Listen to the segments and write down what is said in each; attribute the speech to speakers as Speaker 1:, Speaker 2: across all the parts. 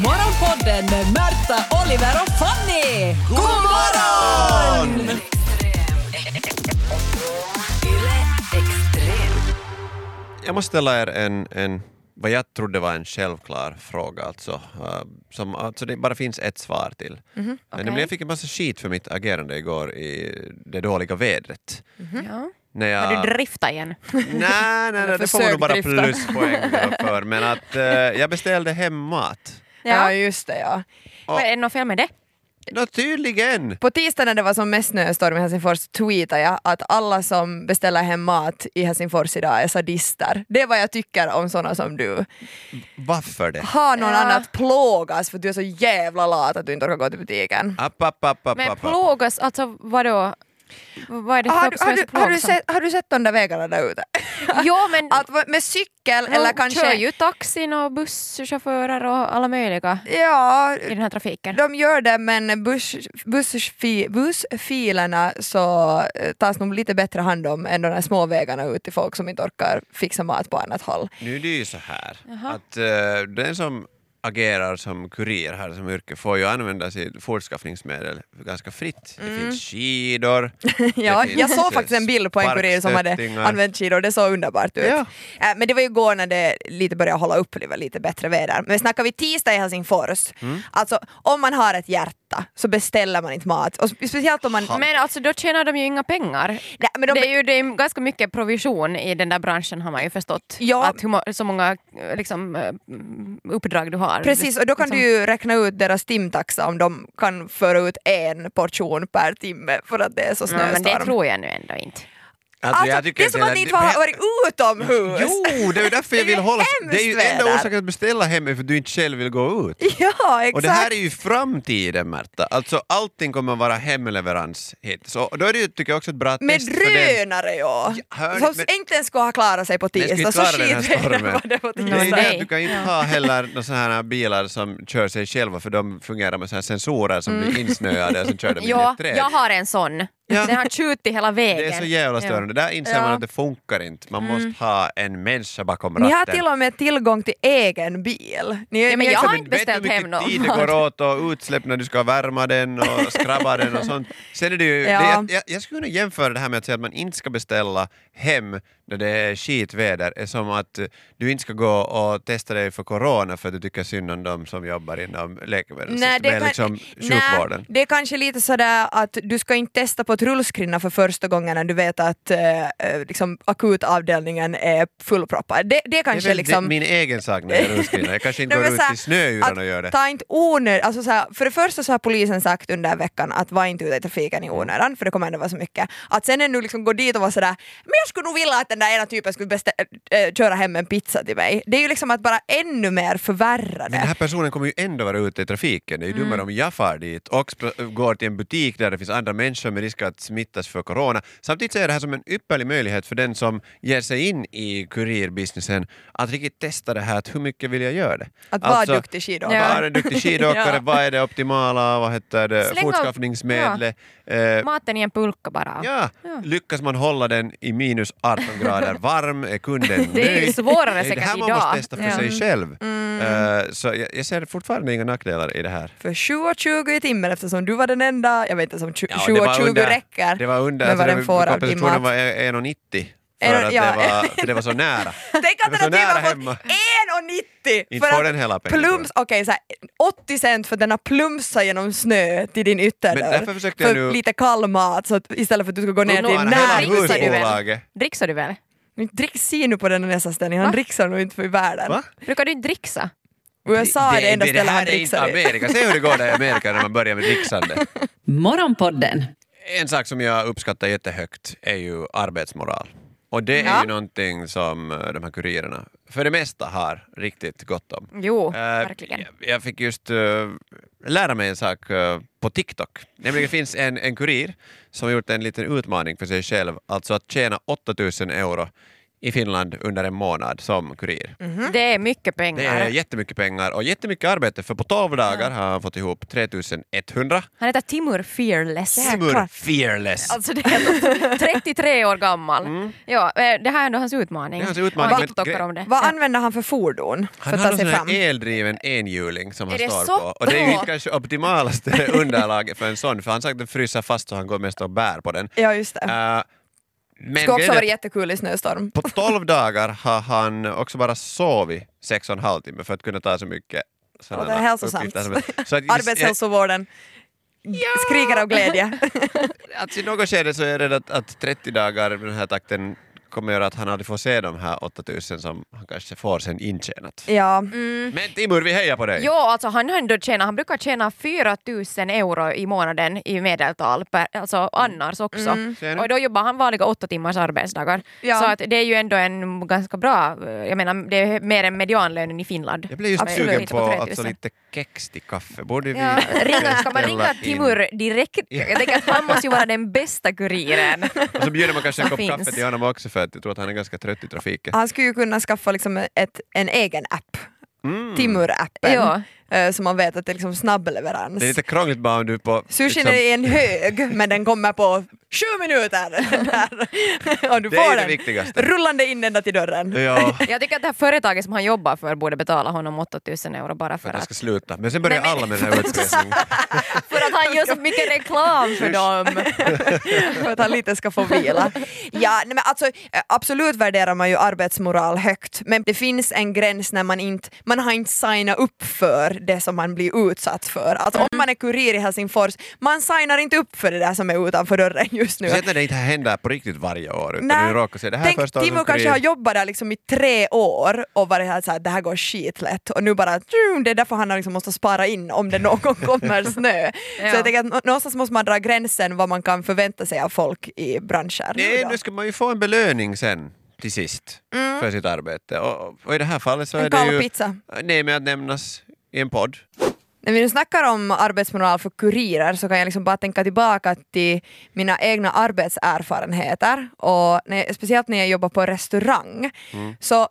Speaker 1: Morgonpodden med Märta, Oliver och Fanny! God morgon!
Speaker 2: Jag måste ställa er en, en vad jag trodde var en självklar fråga, alltså, eh, som alltså det bara finns ett svar till. Men
Speaker 3: Mhm, okej.
Speaker 2: okay. Jag fick en massa skit för mitt agerande igår i det dåliga vädret.
Speaker 3: Ja.
Speaker 2: När jag...
Speaker 3: Har du driftat igen?
Speaker 2: Nej, nej, nej det får man nog bara
Speaker 4: Försök drifta.
Speaker 2: pluspoäng för. Men att eh, jag beställde hem mat.
Speaker 4: Ja, just det. Ja.
Speaker 3: Vad Är det något fel med det?
Speaker 2: Nå tydligen!
Speaker 4: På tisdag när det var som mest snöstorm i Helsingfors tweetade jag att alla som beställer hem mat i Helsingfors idag är sadister. Det är vad jag tycker om såna som du.
Speaker 2: Varför det?
Speaker 4: Ha någon
Speaker 3: Ja.
Speaker 4: annan att plågas för att du är så jävla lat att du inte orkar gå till butiken.
Speaker 2: App, app, app, app,
Speaker 3: Men
Speaker 2: app, app.
Speaker 3: plågas, alltså vadå? V- Vad är det
Speaker 4: Har
Speaker 3: för
Speaker 4: Ah, du,
Speaker 3: som
Speaker 4: har,
Speaker 3: är så
Speaker 4: du, har, du
Speaker 3: plågsamt?
Speaker 4: sett, har du sett de där vägarna där ute?
Speaker 3: Jo men
Speaker 4: Att va- med cykel
Speaker 3: no,
Speaker 4: eller
Speaker 3: kör
Speaker 4: kanske...
Speaker 3: ju taxin och busschaufförer och alla möjliga
Speaker 4: Ja,
Speaker 3: i den här trafiken.
Speaker 4: de gör det men buss, bussfi, bussfilerna så eh, tas nog lite bättre hand om än de där små vägarna ut till folk som inte orkar fixa mat på annat håll.
Speaker 2: Nu är det ju så här att eh, den som agerar som kurir här som yrke får ju använda sitt fortskaffningsmedel ganska fritt. Det finns skidor.
Speaker 4: Mm. Ja,
Speaker 2: det finns,
Speaker 4: jag
Speaker 2: eh,
Speaker 4: såg faktiskt en bild på en kurir som hade
Speaker 2: sparkstöttingar.
Speaker 4: använt skidor, det såg underbart ut.
Speaker 2: Ja.
Speaker 4: Äh, Men det var ju igår när det lite började hålla upp, det var lite bättre väder. Men snackar vi tisdag i Helsingfors, alltså om man har ett hjärta så beställer man inte mat. Och spe- speciellt om man...
Speaker 3: Men alltså då tjänar de ju inga pengar.
Speaker 4: Nej, men de-
Speaker 3: det, är ju, det är ganska mycket provision i den där branschen har man ju förstått.
Speaker 4: Ja.
Speaker 3: Att hur, må- så många eh, liksom, eh, mm, uppdrag du har.
Speaker 4: Precis, och då kan
Speaker 3: liksom,
Speaker 4: du ju räkna ut deras timtaxa om de kan föra ut en portion per timme för att det är så
Speaker 3: Ja,
Speaker 4: snöstorm.
Speaker 3: men det tror jag nu ändå inte.
Speaker 2: Alltså,
Speaker 4: alltså,
Speaker 2: jag
Speaker 4: det
Speaker 2: tycker
Speaker 4: är som att
Speaker 2: det-
Speaker 4: ni inte har varit utomhus!
Speaker 2: Jo, det är ju därför jag
Speaker 4: Det är
Speaker 2: vill hålla...
Speaker 4: hemskt
Speaker 2: Det är ju enda
Speaker 4: väder.
Speaker 2: orsaken att beställa hem är för att du inte själv vill gå ut.
Speaker 4: Ja, exakt!
Speaker 2: Och det här är ju framtiden Märta, alltså allting kommer vara hemleverans hit. Så då är det ju, tycker jag också ett bra
Speaker 4: Med
Speaker 2: test för den
Speaker 4: drönare ja!
Speaker 2: hör
Speaker 4: Som
Speaker 2: ni, men-
Speaker 4: inte ens skulle ha klarat sig på
Speaker 2: skulle inte
Speaker 4: tisdag, så
Speaker 2: klara den här stormen.
Speaker 4: skitväder var alltså, det på
Speaker 2: Det är ju
Speaker 3: Nej.
Speaker 4: tisdag.
Speaker 2: det att du kan ju inte ha heller några såna här bilar som kör sig själva för de fungerar med så här sensorer som blir insnöade och som kör dem in i
Speaker 3: Mm. Ja,
Speaker 2: ett träd.
Speaker 3: jag har en sån.
Speaker 2: Ja.
Speaker 3: Den har tjutit hela vägen.
Speaker 2: Det är så jävla störande. Där inser man att det funkar inte. Man
Speaker 3: Mm.
Speaker 2: måste ha en människa bakom ratten.
Speaker 4: Ni har till och med tillgång till egen bil. Ni,
Speaker 3: Ja, men
Speaker 4: ni,
Speaker 3: jag har
Speaker 2: Men
Speaker 3: inte beställt
Speaker 2: Vet du hur
Speaker 3: hem någon
Speaker 2: mycket tid det går åt och utsläpp när du ska värma den och skrabba den och sånt. Sen är det ju,
Speaker 4: Ja.
Speaker 2: det, jag- jag, jag skulle kunna jämföra det här med att säga att man inte ska beställa hem när det är skitväder är som att eh, du inte ska gå och testa dig för corona för att du tycker synd om de som jobbar inom
Speaker 4: Nej, det,
Speaker 2: läkemedelssystemet,
Speaker 4: kan,
Speaker 2: liksom
Speaker 4: nej,
Speaker 2: sjukvården.
Speaker 4: det är kanske lite sådär att du ska inte testa på ett rullskrinna för första gången när du vet att eh, eh, liksom, akutavdelningen är fullproppad. Det, det
Speaker 2: Det är
Speaker 4: kanske
Speaker 2: väl
Speaker 4: liksom...
Speaker 2: det- min egen sak när jag är rullskridare. Jag kanske inte
Speaker 4: Nej,
Speaker 2: går
Speaker 4: men
Speaker 2: ut
Speaker 4: så här,
Speaker 2: i snöyran och gör det.
Speaker 4: Att ta inte onödigt, alltså så här, för det första så har polisen sagt under veckan att var inte ute i trafiken
Speaker 2: Mm.
Speaker 4: i onödan för det kommer ändå vara så mycket. Att sen ännu liksom gå dit och vara sådär, men jag skulle nog vilja att den där ena typen skulle bestä- äh, köra hem en pizza till mig. Det är ju liksom att bara ännu mer förvärra
Speaker 2: Men den
Speaker 4: det.
Speaker 2: här personen kommer ju ändå vara ute i trafiken. Det är ju
Speaker 4: Mm.
Speaker 2: dummare om jag far dit och spr- går till en butik där det finns andra människor med risk att smittas för corona. Samtidigt ser jag det här som en ypperlig möjlighet för den som ger sig in i kurirbusinessen att riktigt testa det här, att hur mycket vill jag göra det? Alltså,
Speaker 4: Att vara duktig skidåkare.
Speaker 2: Vara en duktig skidåkare,
Speaker 4: Ja.
Speaker 2: vad är det optimala, vad heter det,
Speaker 3: Släng av-
Speaker 2: fortskaffningsmedlet. eh,
Speaker 3: Maten i en pulka bara.
Speaker 2: Ja, lyckas man hålla den i minus 18 grader varm är kunden
Speaker 3: Det är ju
Speaker 2: nöjd.
Speaker 3: svårare
Speaker 2: Det är det
Speaker 3: säkert
Speaker 2: här man
Speaker 3: idag.
Speaker 2: måste testa för
Speaker 3: Ja.
Speaker 2: sig själv. Eh, så jag, jag ser fortfarande inga nackdelar i det här.
Speaker 4: För 7,20 i timmen eftersom du var den enda, jag vet inte som
Speaker 2: Ja, det var
Speaker 4: 7,20
Speaker 2: under-
Speaker 4: räcker.
Speaker 2: Det var under,
Speaker 4: Men vad
Speaker 2: alltså,
Speaker 4: den får av din
Speaker 2: kompensationen
Speaker 4: mat.
Speaker 2: var 1,90 för
Speaker 4: En och-
Speaker 2: att
Speaker 4: ja.
Speaker 2: det, var, för det var så nära.
Speaker 4: Tänk
Speaker 2: Det
Speaker 4: att
Speaker 2: var så
Speaker 4: den här
Speaker 2: nära
Speaker 4: typen
Speaker 2: hemma.
Speaker 4: har fått 1,90!
Speaker 2: Inte får den hela pengen, tror
Speaker 4: plums, okej, så här, 80 cent för att den har plumsat genom snö till din
Speaker 2: Men
Speaker 4: ytterdörr.
Speaker 2: därför försökte jag
Speaker 4: För
Speaker 2: nu-
Speaker 4: lite kall mat så att istället för att du ska gå ner
Speaker 2: Nu har hela
Speaker 4: till
Speaker 3: närhus-
Speaker 4: närhuset.
Speaker 2: husbolaget.
Speaker 3: Dricksar du väl?
Speaker 4: Dricks nu på den nästa ställning, han
Speaker 3: Va?
Speaker 4: dricksar nog inte för i världen.
Speaker 2: Va?
Speaker 3: Brukar du inte dricksa?
Speaker 4: USA är det enda
Speaker 2: det
Speaker 4: stället
Speaker 2: här
Speaker 4: han
Speaker 2: är inte
Speaker 4: dricksar i.
Speaker 2: Amerika. Se hur det går där i Amerika när man börjar med dricksande.
Speaker 1: Morgonpodden
Speaker 2: En sak som jag uppskattar jättehögt är ju arbetsmoral. Och det är
Speaker 4: Ja.
Speaker 2: ju någonting som eh, de här kurirerna för det mesta har riktigt gott om.
Speaker 3: Jo,
Speaker 2: Eh,
Speaker 3: verkligen.
Speaker 2: jag- Jag fick just eh, lära mig en sak eh, på TikTok. Nämligen det finns en, en kurir som har gjort en liten utmaning för sig själv, alltså att tjäna 8000 euro i Finland under en månad som kurir.
Speaker 3: Det är mycket
Speaker 2: Mhm. Det
Speaker 3: pengar.
Speaker 2: är jättemycket pengar och jättemycket arbete för på 12 dagar har han fått ihop 3100.
Speaker 3: Han heter Timur Fearless.
Speaker 2: Simur Fearless!
Speaker 3: Alltså det är 33 år gammal. Ja, eh, det här är ändå hans utmaning.
Speaker 2: Mm. Det är hans utmaning,
Speaker 3: Han
Speaker 2: men
Speaker 3: tiktokar
Speaker 2: gre-
Speaker 3: om det.
Speaker 4: Vad använder han för fordon för
Speaker 2: Han
Speaker 4: att
Speaker 2: har
Speaker 4: ta
Speaker 2: någon sån
Speaker 4: sig
Speaker 2: här e-
Speaker 4: fram?
Speaker 2: eldriven enhjuling som han
Speaker 3: Är det
Speaker 2: står
Speaker 3: så?
Speaker 2: på. Och det är ju inte kanske optimalaste underlaget för en sån för han sagt att den fryser fast och han går mest och bär på den.
Speaker 4: Ja, just det.
Speaker 2: Äh, men
Speaker 4: Skulle också
Speaker 2: grejen är
Speaker 4: vara jättekul i snöstorm.
Speaker 2: På 12 dagar har han också bara sovit sex och en halv timme för att kunna ta så mycket sådana
Speaker 4: Och det är hälsosamt.
Speaker 2: uppgifter som- Så att,
Speaker 4: Arbetshälsovården skriker av glädje.
Speaker 2: alltså, I något skede så är jag rädd att, att 30 dagar med den här takten kommer göra att han aldrig får se de här 8000 som han kanske får sen intjänat.
Speaker 4: ja.
Speaker 2: Men Timur, vi hejar på dig!
Speaker 3: Jo, alltså han, har ändå tjänat, han brukar tjäna 4 000 euro i månaden i medeltal, per, alltså annars också.
Speaker 2: Mm. Ser ni?
Speaker 3: Och då jobbar han vanliga åtta timmars arbetsdagar.
Speaker 4: Ja.
Speaker 3: Så att det är ju ändå en ganska bra, eh, jag menar det är mer än medianlönen i Finland.
Speaker 2: Jag blev just
Speaker 3: Absolut.
Speaker 2: sugen på
Speaker 3: 3000.
Speaker 2: alltså, lite kex till kaffe. Borde vi
Speaker 3: Ja, ringa, ska man
Speaker 2: beställa
Speaker 3: ringa
Speaker 2: in?
Speaker 3: Timur direkt?
Speaker 2: Ja.
Speaker 3: Jag tänker att han måste ju vara den bästa kuriren.
Speaker 2: Och så bjuder man kanske en
Speaker 3: Som
Speaker 2: kopp kaffe
Speaker 3: finns.
Speaker 2: till honom också för att jag tror att han är ganska trött i trafiken.
Speaker 4: Han skulle ju kunna skaffa liksom ett, en egen app,
Speaker 2: Mm.
Speaker 4: Timur-appen,
Speaker 3: Ja.
Speaker 4: eh, så man vet att det är liksom snabbleverans.
Speaker 2: Det är lite liksom- krångligt bara om du på...
Speaker 4: Sushin är i en hög, men den kommer på sju minuter! Där. Och du
Speaker 2: Det
Speaker 4: får
Speaker 2: är det
Speaker 4: den
Speaker 2: viktigaste.
Speaker 4: rullande in ända till dörren.
Speaker 2: Ja,
Speaker 3: Jag tycker att det här företaget som han jobbar för borde betala honom 8000 euro
Speaker 2: för
Speaker 3: bara för
Speaker 2: att jag
Speaker 3: att,
Speaker 2: ska sluta. Men sen börjar
Speaker 3: Nej, men-
Speaker 2: alla med den här utpressningen.
Speaker 3: för att han gör så mycket reklam för dem.
Speaker 4: för att han lite ska få vila. Ja, nej men alltså, eh, absolut värderar man ju arbetsmoral högt men det finns en gräns när man inte man har inte signat upp för det som man blir utsatt för. Alltså, Om man är kurir i Helsingfors, man signar inte upp för det där som är utanför dörren just nu.
Speaker 2: Speciellt när det inte händer på riktigt varje år. Utan
Speaker 4: Nej.
Speaker 2: du råkar se det här
Speaker 4: Tänk,
Speaker 2: första året
Speaker 4: Timo
Speaker 2: som
Speaker 4: kanske
Speaker 2: kurir.
Speaker 4: har jobbat där liksom i tre år och varit här såhär, det här går skitlätt och nu bara, tjum, det är därför han har liksom måste spara in om det någon gång kommer snö.
Speaker 3: Ja.
Speaker 4: Så jag tänker att nå- någonstans måste man dra gränsen vad man kan förvänta sig av folk i branscher.
Speaker 2: Nej, nu ska man ju få en belöning sen till sist för sitt arbete. Och, och i det här fallet så
Speaker 4: En
Speaker 2: är det
Speaker 4: kall
Speaker 2: ju...
Speaker 4: pizza.
Speaker 2: Nej, men att nämnas i en podd.
Speaker 4: När vi nu snackar om arbetsmoral för kurirer så kan jag liksom bara tänka tillbaka till mina egna arbetserfarenheter och när jag, speciellt när jag jobbar på restaurang. Så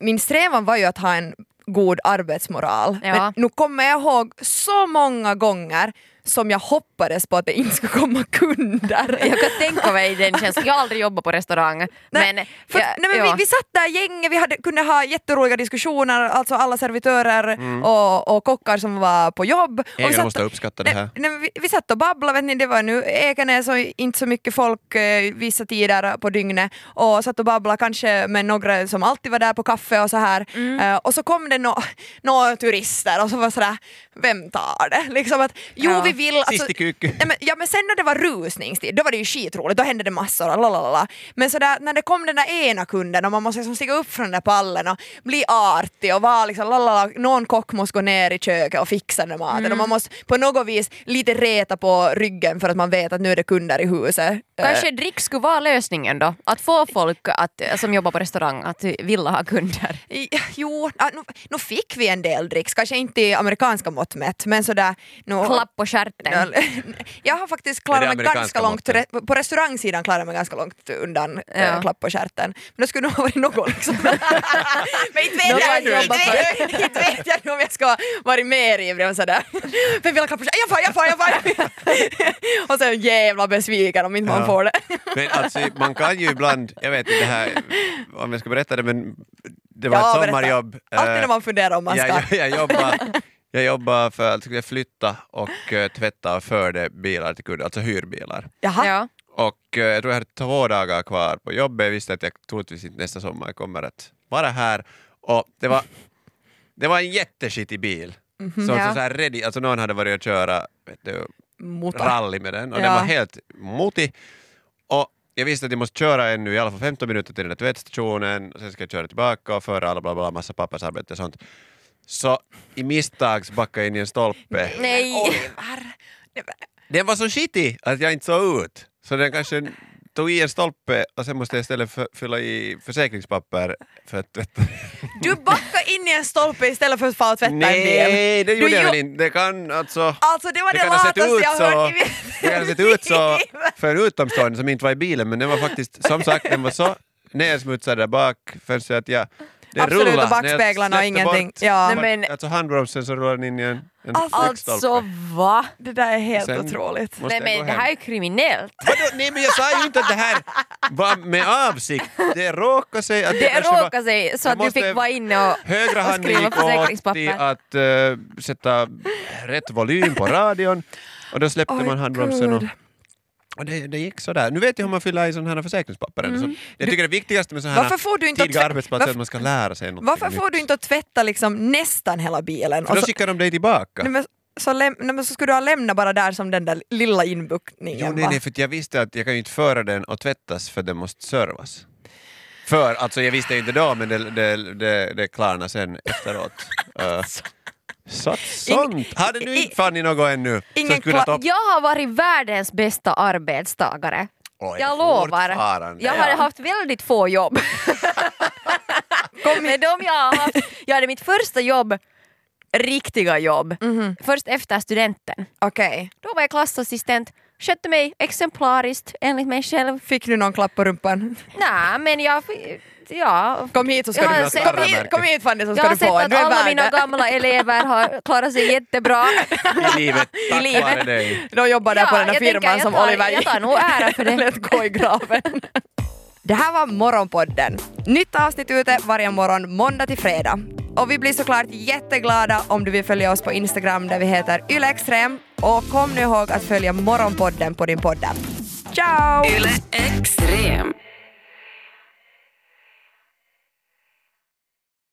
Speaker 4: min strävan var ju att ha en god arbetsmoral.
Speaker 3: Ja.
Speaker 4: Men nu kommer jag ihåg så många gånger som jag hoppades på att det inte skulle komma kunder.
Speaker 3: Jag kan tänka mig den känslan. Jag har aldrig jobbat på restaurang.
Speaker 4: Nej,
Speaker 3: men,
Speaker 4: för,
Speaker 3: ja,
Speaker 4: nej, men
Speaker 3: ja.
Speaker 4: vi, vi satt där gänget, vi hade, kunde ha jätteroliga diskussioner, alltså alla servitörer och, och kockar som var på jobb. Och vi
Speaker 2: Ägarna
Speaker 4: satt-
Speaker 2: måste uppskatta det här.
Speaker 4: Nej, nej, men vi, vi satt och babblade, vet ni, det var nu Ekenäs och inte så mycket folk eh, vissa tider på dygnet och satt och babblade kanske med några som alltid var där på kaffe och så här eh, och så kom det några nå turister och så var sådär, vem tar det? Liksom att, jo
Speaker 3: Ja.
Speaker 4: vi vill... Alltså,
Speaker 2: Sist i kuken.
Speaker 4: Nej, men, ja men sen när det var rusningstid, då var det ju skitroligt, då hände det massor, lalalala. Men sådär när det kom den där ena kunden och man måste liksom stiga upp från den där pallen och bli artig och vara liksom lalala, någon kock måste gå ner i köket och fixa den där maten och man måste på något vis lite reta på ryggen för att man vet att nu är det kunder i huset.
Speaker 3: Eh. Kanske drick skulle vara lösningen då? Att få folk att, som jobbar på restaurang att vilja ha kunder.
Speaker 4: I- Jo, ah, nu, nu fick vi en del dricks, kanske inte i amerikanska mått mätt men sådär... Nu,
Speaker 3: Klapp på stjärten.
Speaker 4: Nå, Jag har faktiskt
Speaker 2: Är det
Speaker 4: klarat mig
Speaker 2: amerikanska
Speaker 4: ganska långt,
Speaker 2: måtten?
Speaker 4: re- på restaurangsidan klarat mig ganska långt undan
Speaker 3: Ja.
Speaker 4: eh, klapp på stjärten. Men det skulle nog ha varit något liksom. Men inte
Speaker 3: Något
Speaker 4: vet jag,
Speaker 3: att
Speaker 4: inte,
Speaker 3: jobba
Speaker 4: vet- inte vet jag nu om jag ska ha varit mer ivrig och sådär. Vem vill ha klapp på stjärten? Jag får, jag får, jag får! jag får. och sen jävla besviken om inte
Speaker 2: Ja.
Speaker 4: man får det.
Speaker 2: Men alltså, man kan ju ibland, jag vet inte det här, om jag ska berätta det, men det var
Speaker 4: Ja,
Speaker 2: ett
Speaker 4: berätta.
Speaker 2: sommarjobb.
Speaker 4: Alltid
Speaker 2: eh,
Speaker 4: när man funderar om man ska.
Speaker 2: jag, jag, jag, jobbar, jag jobbar för att jag flytta och eh, tvätta och förde bilar till kunder, alltså hyrbilar.
Speaker 4: Jaha.
Speaker 3: Ja.
Speaker 2: Och eh, jag tror jag hade två dagar kvar på jobbet. Jag visste att jag troligtvis inte nästa sommar kommer att vara här. Och det var, det var en jätteskitig bil.
Speaker 4: Mhm.
Speaker 2: Så,
Speaker 3: Ja.
Speaker 2: så, så här ready, alltså någon hade varit och köra vet du,
Speaker 4: Mutta.
Speaker 2: rally med den och
Speaker 4: Ja.
Speaker 2: den var helt motig. Och jag visste att jag måste köra ännu i alla fall 15 minuter till den där tvättstationen, och sen ska jag köra tillbaka och föra alla bla bla, massa pappersarbete och sånt. Så i misstag så backade jag in i en stolpe.
Speaker 3: Nej.
Speaker 4: Oliver. Det var-
Speaker 2: Den var så skitig att jag inte såg ut. Så den kanske tog i en stolpe och sen måste jag istället för, fylla i försäkringspapper för att tvätta.
Speaker 4: Du backade in i en stolpe istället för att få tvätta en bil.
Speaker 2: Nej, det
Speaker 4: Du
Speaker 2: gjorde jag
Speaker 4: gjo-
Speaker 2: väl inte. Det kan alltså...
Speaker 4: Alltså det var det,
Speaker 2: Det kan ha sett
Speaker 4: lataste
Speaker 2: ut
Speaker 4: jag
Speaker 2: så,
Speaker 4: hört i mitt
Speaker 2: det kan ha sett ut så för en utomstående som inte var i bilen men den var faktiskt, som sagt, den var så nedsmutsar där bak, fönstret, ja. Det
Speaker 4: Absolut,
Speaker 2: rullar.
Speaker 4: och backspeglarna och
Speaker 2: När jag släppte
Speaker 4: ingenting.
Speaker 2: Bort,
Speaker 4: Ja.
Speaker 3: Nej, men-
Speaker 2: Alltså handbromsen så rullar den in i en, en
Speaker 1: Alltså
Speaker 2: lyktstolpe.
Speaker 1: va?
Speaker 4: Det där är helt
Speaker 2: Sen-
Speaker 4: otroligt.
Speaker 2: Måste
Speaker 3: Nej
Speaker 2: jag gå
Speaker 3: men det
Speaker 2: hem?
Speaker 3: här är kriminellt.
Speaker 2: Vadå? Nej men jag sa ju inte att det här var med avsikt. Det råkade sig att
Speaker 3: Det
Speaker 2: kanske var-
Speaker 3: råkade sig så
Speaker 2: Jag
Speaker 3: att du
Speaker 2: måste-
Speaker 3: fick vara inne och
Speaker 2: Högra
Speaker 3: och
Speaker 2: handen
Speaker 3: skriva
Speaker 2: gick åt
Speaker 3: försäkringspapper.
Speaker 2: till att eh, sätta rätt volym på radion och då släppte
Speaker 4: Oj,
Speaker 2: man handbromsen och,
Speaker 4: gud.
Speaker 2: och det, det gick sådär. Nu vet jag hur man fyller i sådana här försäkringspapper. Så jag tycker det viktigaste med sådana
Speaker 4: Mm. Varför
Speaker 2: här
Speaker 4: får du inte att
Speaker 2: tidiga
Speaker 4: tvä-
Speaker 2: arbetsplatser är att man ska lära sig något
Speaker 4: Varför får du inte att tvätta liksom nästan hela bilen?
Speaker 2: För
Speaker 4: Och
Speaker 2: då
Speaker 4: så,
Speaker 2: skickar de dig tillbaka.
Speaker 4: nej, men, så läm, nej, men så skulle du ha lämnat bara där som den där lilla inbuktningen.
Speaker 2: Jo, nej,
Speaker 4: va?
Speaker 2: nej, för att jag visste att jag kan ju inte föra den och tvättas för den måste servas. För, alltså jag visste inte då, men det, det, det, det klarnade sen efteråt. Eh, så att sånt! Hade du
Speaker 4: i-
Speaker 2: inte Fanny något ännu?
Speaker 4: Ingen
Speaker 2: som skulle
Speaker 4: kla-
Speaker 2: ta upp?
Speaker 3: Jag har varit världens bästa arbetstagare.
Speaker 2: Oj,
Speaker 3: Jag lovar.
Speaker 2: fortfarande.
Speaker 3: Jag har haft väldigt få jobb. Men de jag, har haft, jag hade mitt första jobb, riktiga jobb, först efter studenten.
Speaker 4: Okej,
Speaker 3: Då var jag klassassistent, skötte mig exemplariskt enligt mig själv.
Speaker 4: fick du någon klapp på rumpan?
Speaker 3: Nej men jag... Ja.
Speaker 4: Kom hit så ska
Speaker 3: Jag har
Speaker 4: du
Speaker 3: sett-
Speaker 4: få kom hit, kom hit Fanny så
Speaker 3: Jag
Speaker 4: ska
Speaker 3: har
Speaker 4: du
Speaker 3: sett
Speaker 4: få en.
Speaker 3: att
Speaker 4: Du är
Speaker 3: alla
Speaker 4: värd
Speaker 3: mina
Speaker 4: det.
Speaker 3: gamla elever har klarat sig jättebra.
Speaker 2: I livet, tack
Speaker 3: livet.
Speaker 2: vare dig.
Speaker 4: De jobbar där på den där
Speaker 3: jag tänker,
Speaker 4: firman
Speaker 3: jag
Speaker 4: som
Speaker 3: tar-
Speaker 4: Oliver
Speaker 3: Jag tar nog äran för det.
Speaker 4: lät gå i graven. Det här var Morgonpodden. Nytt avsnitt ute varje morgon måndag till fredag. Och vi blir såklart jätteglada om du vill följa oss på Instagram där vi heter ylextrem. Och kom nu ihåg att följa Morgonpodden på din podd. Ciao!
Speaker 5: Yle Extrem.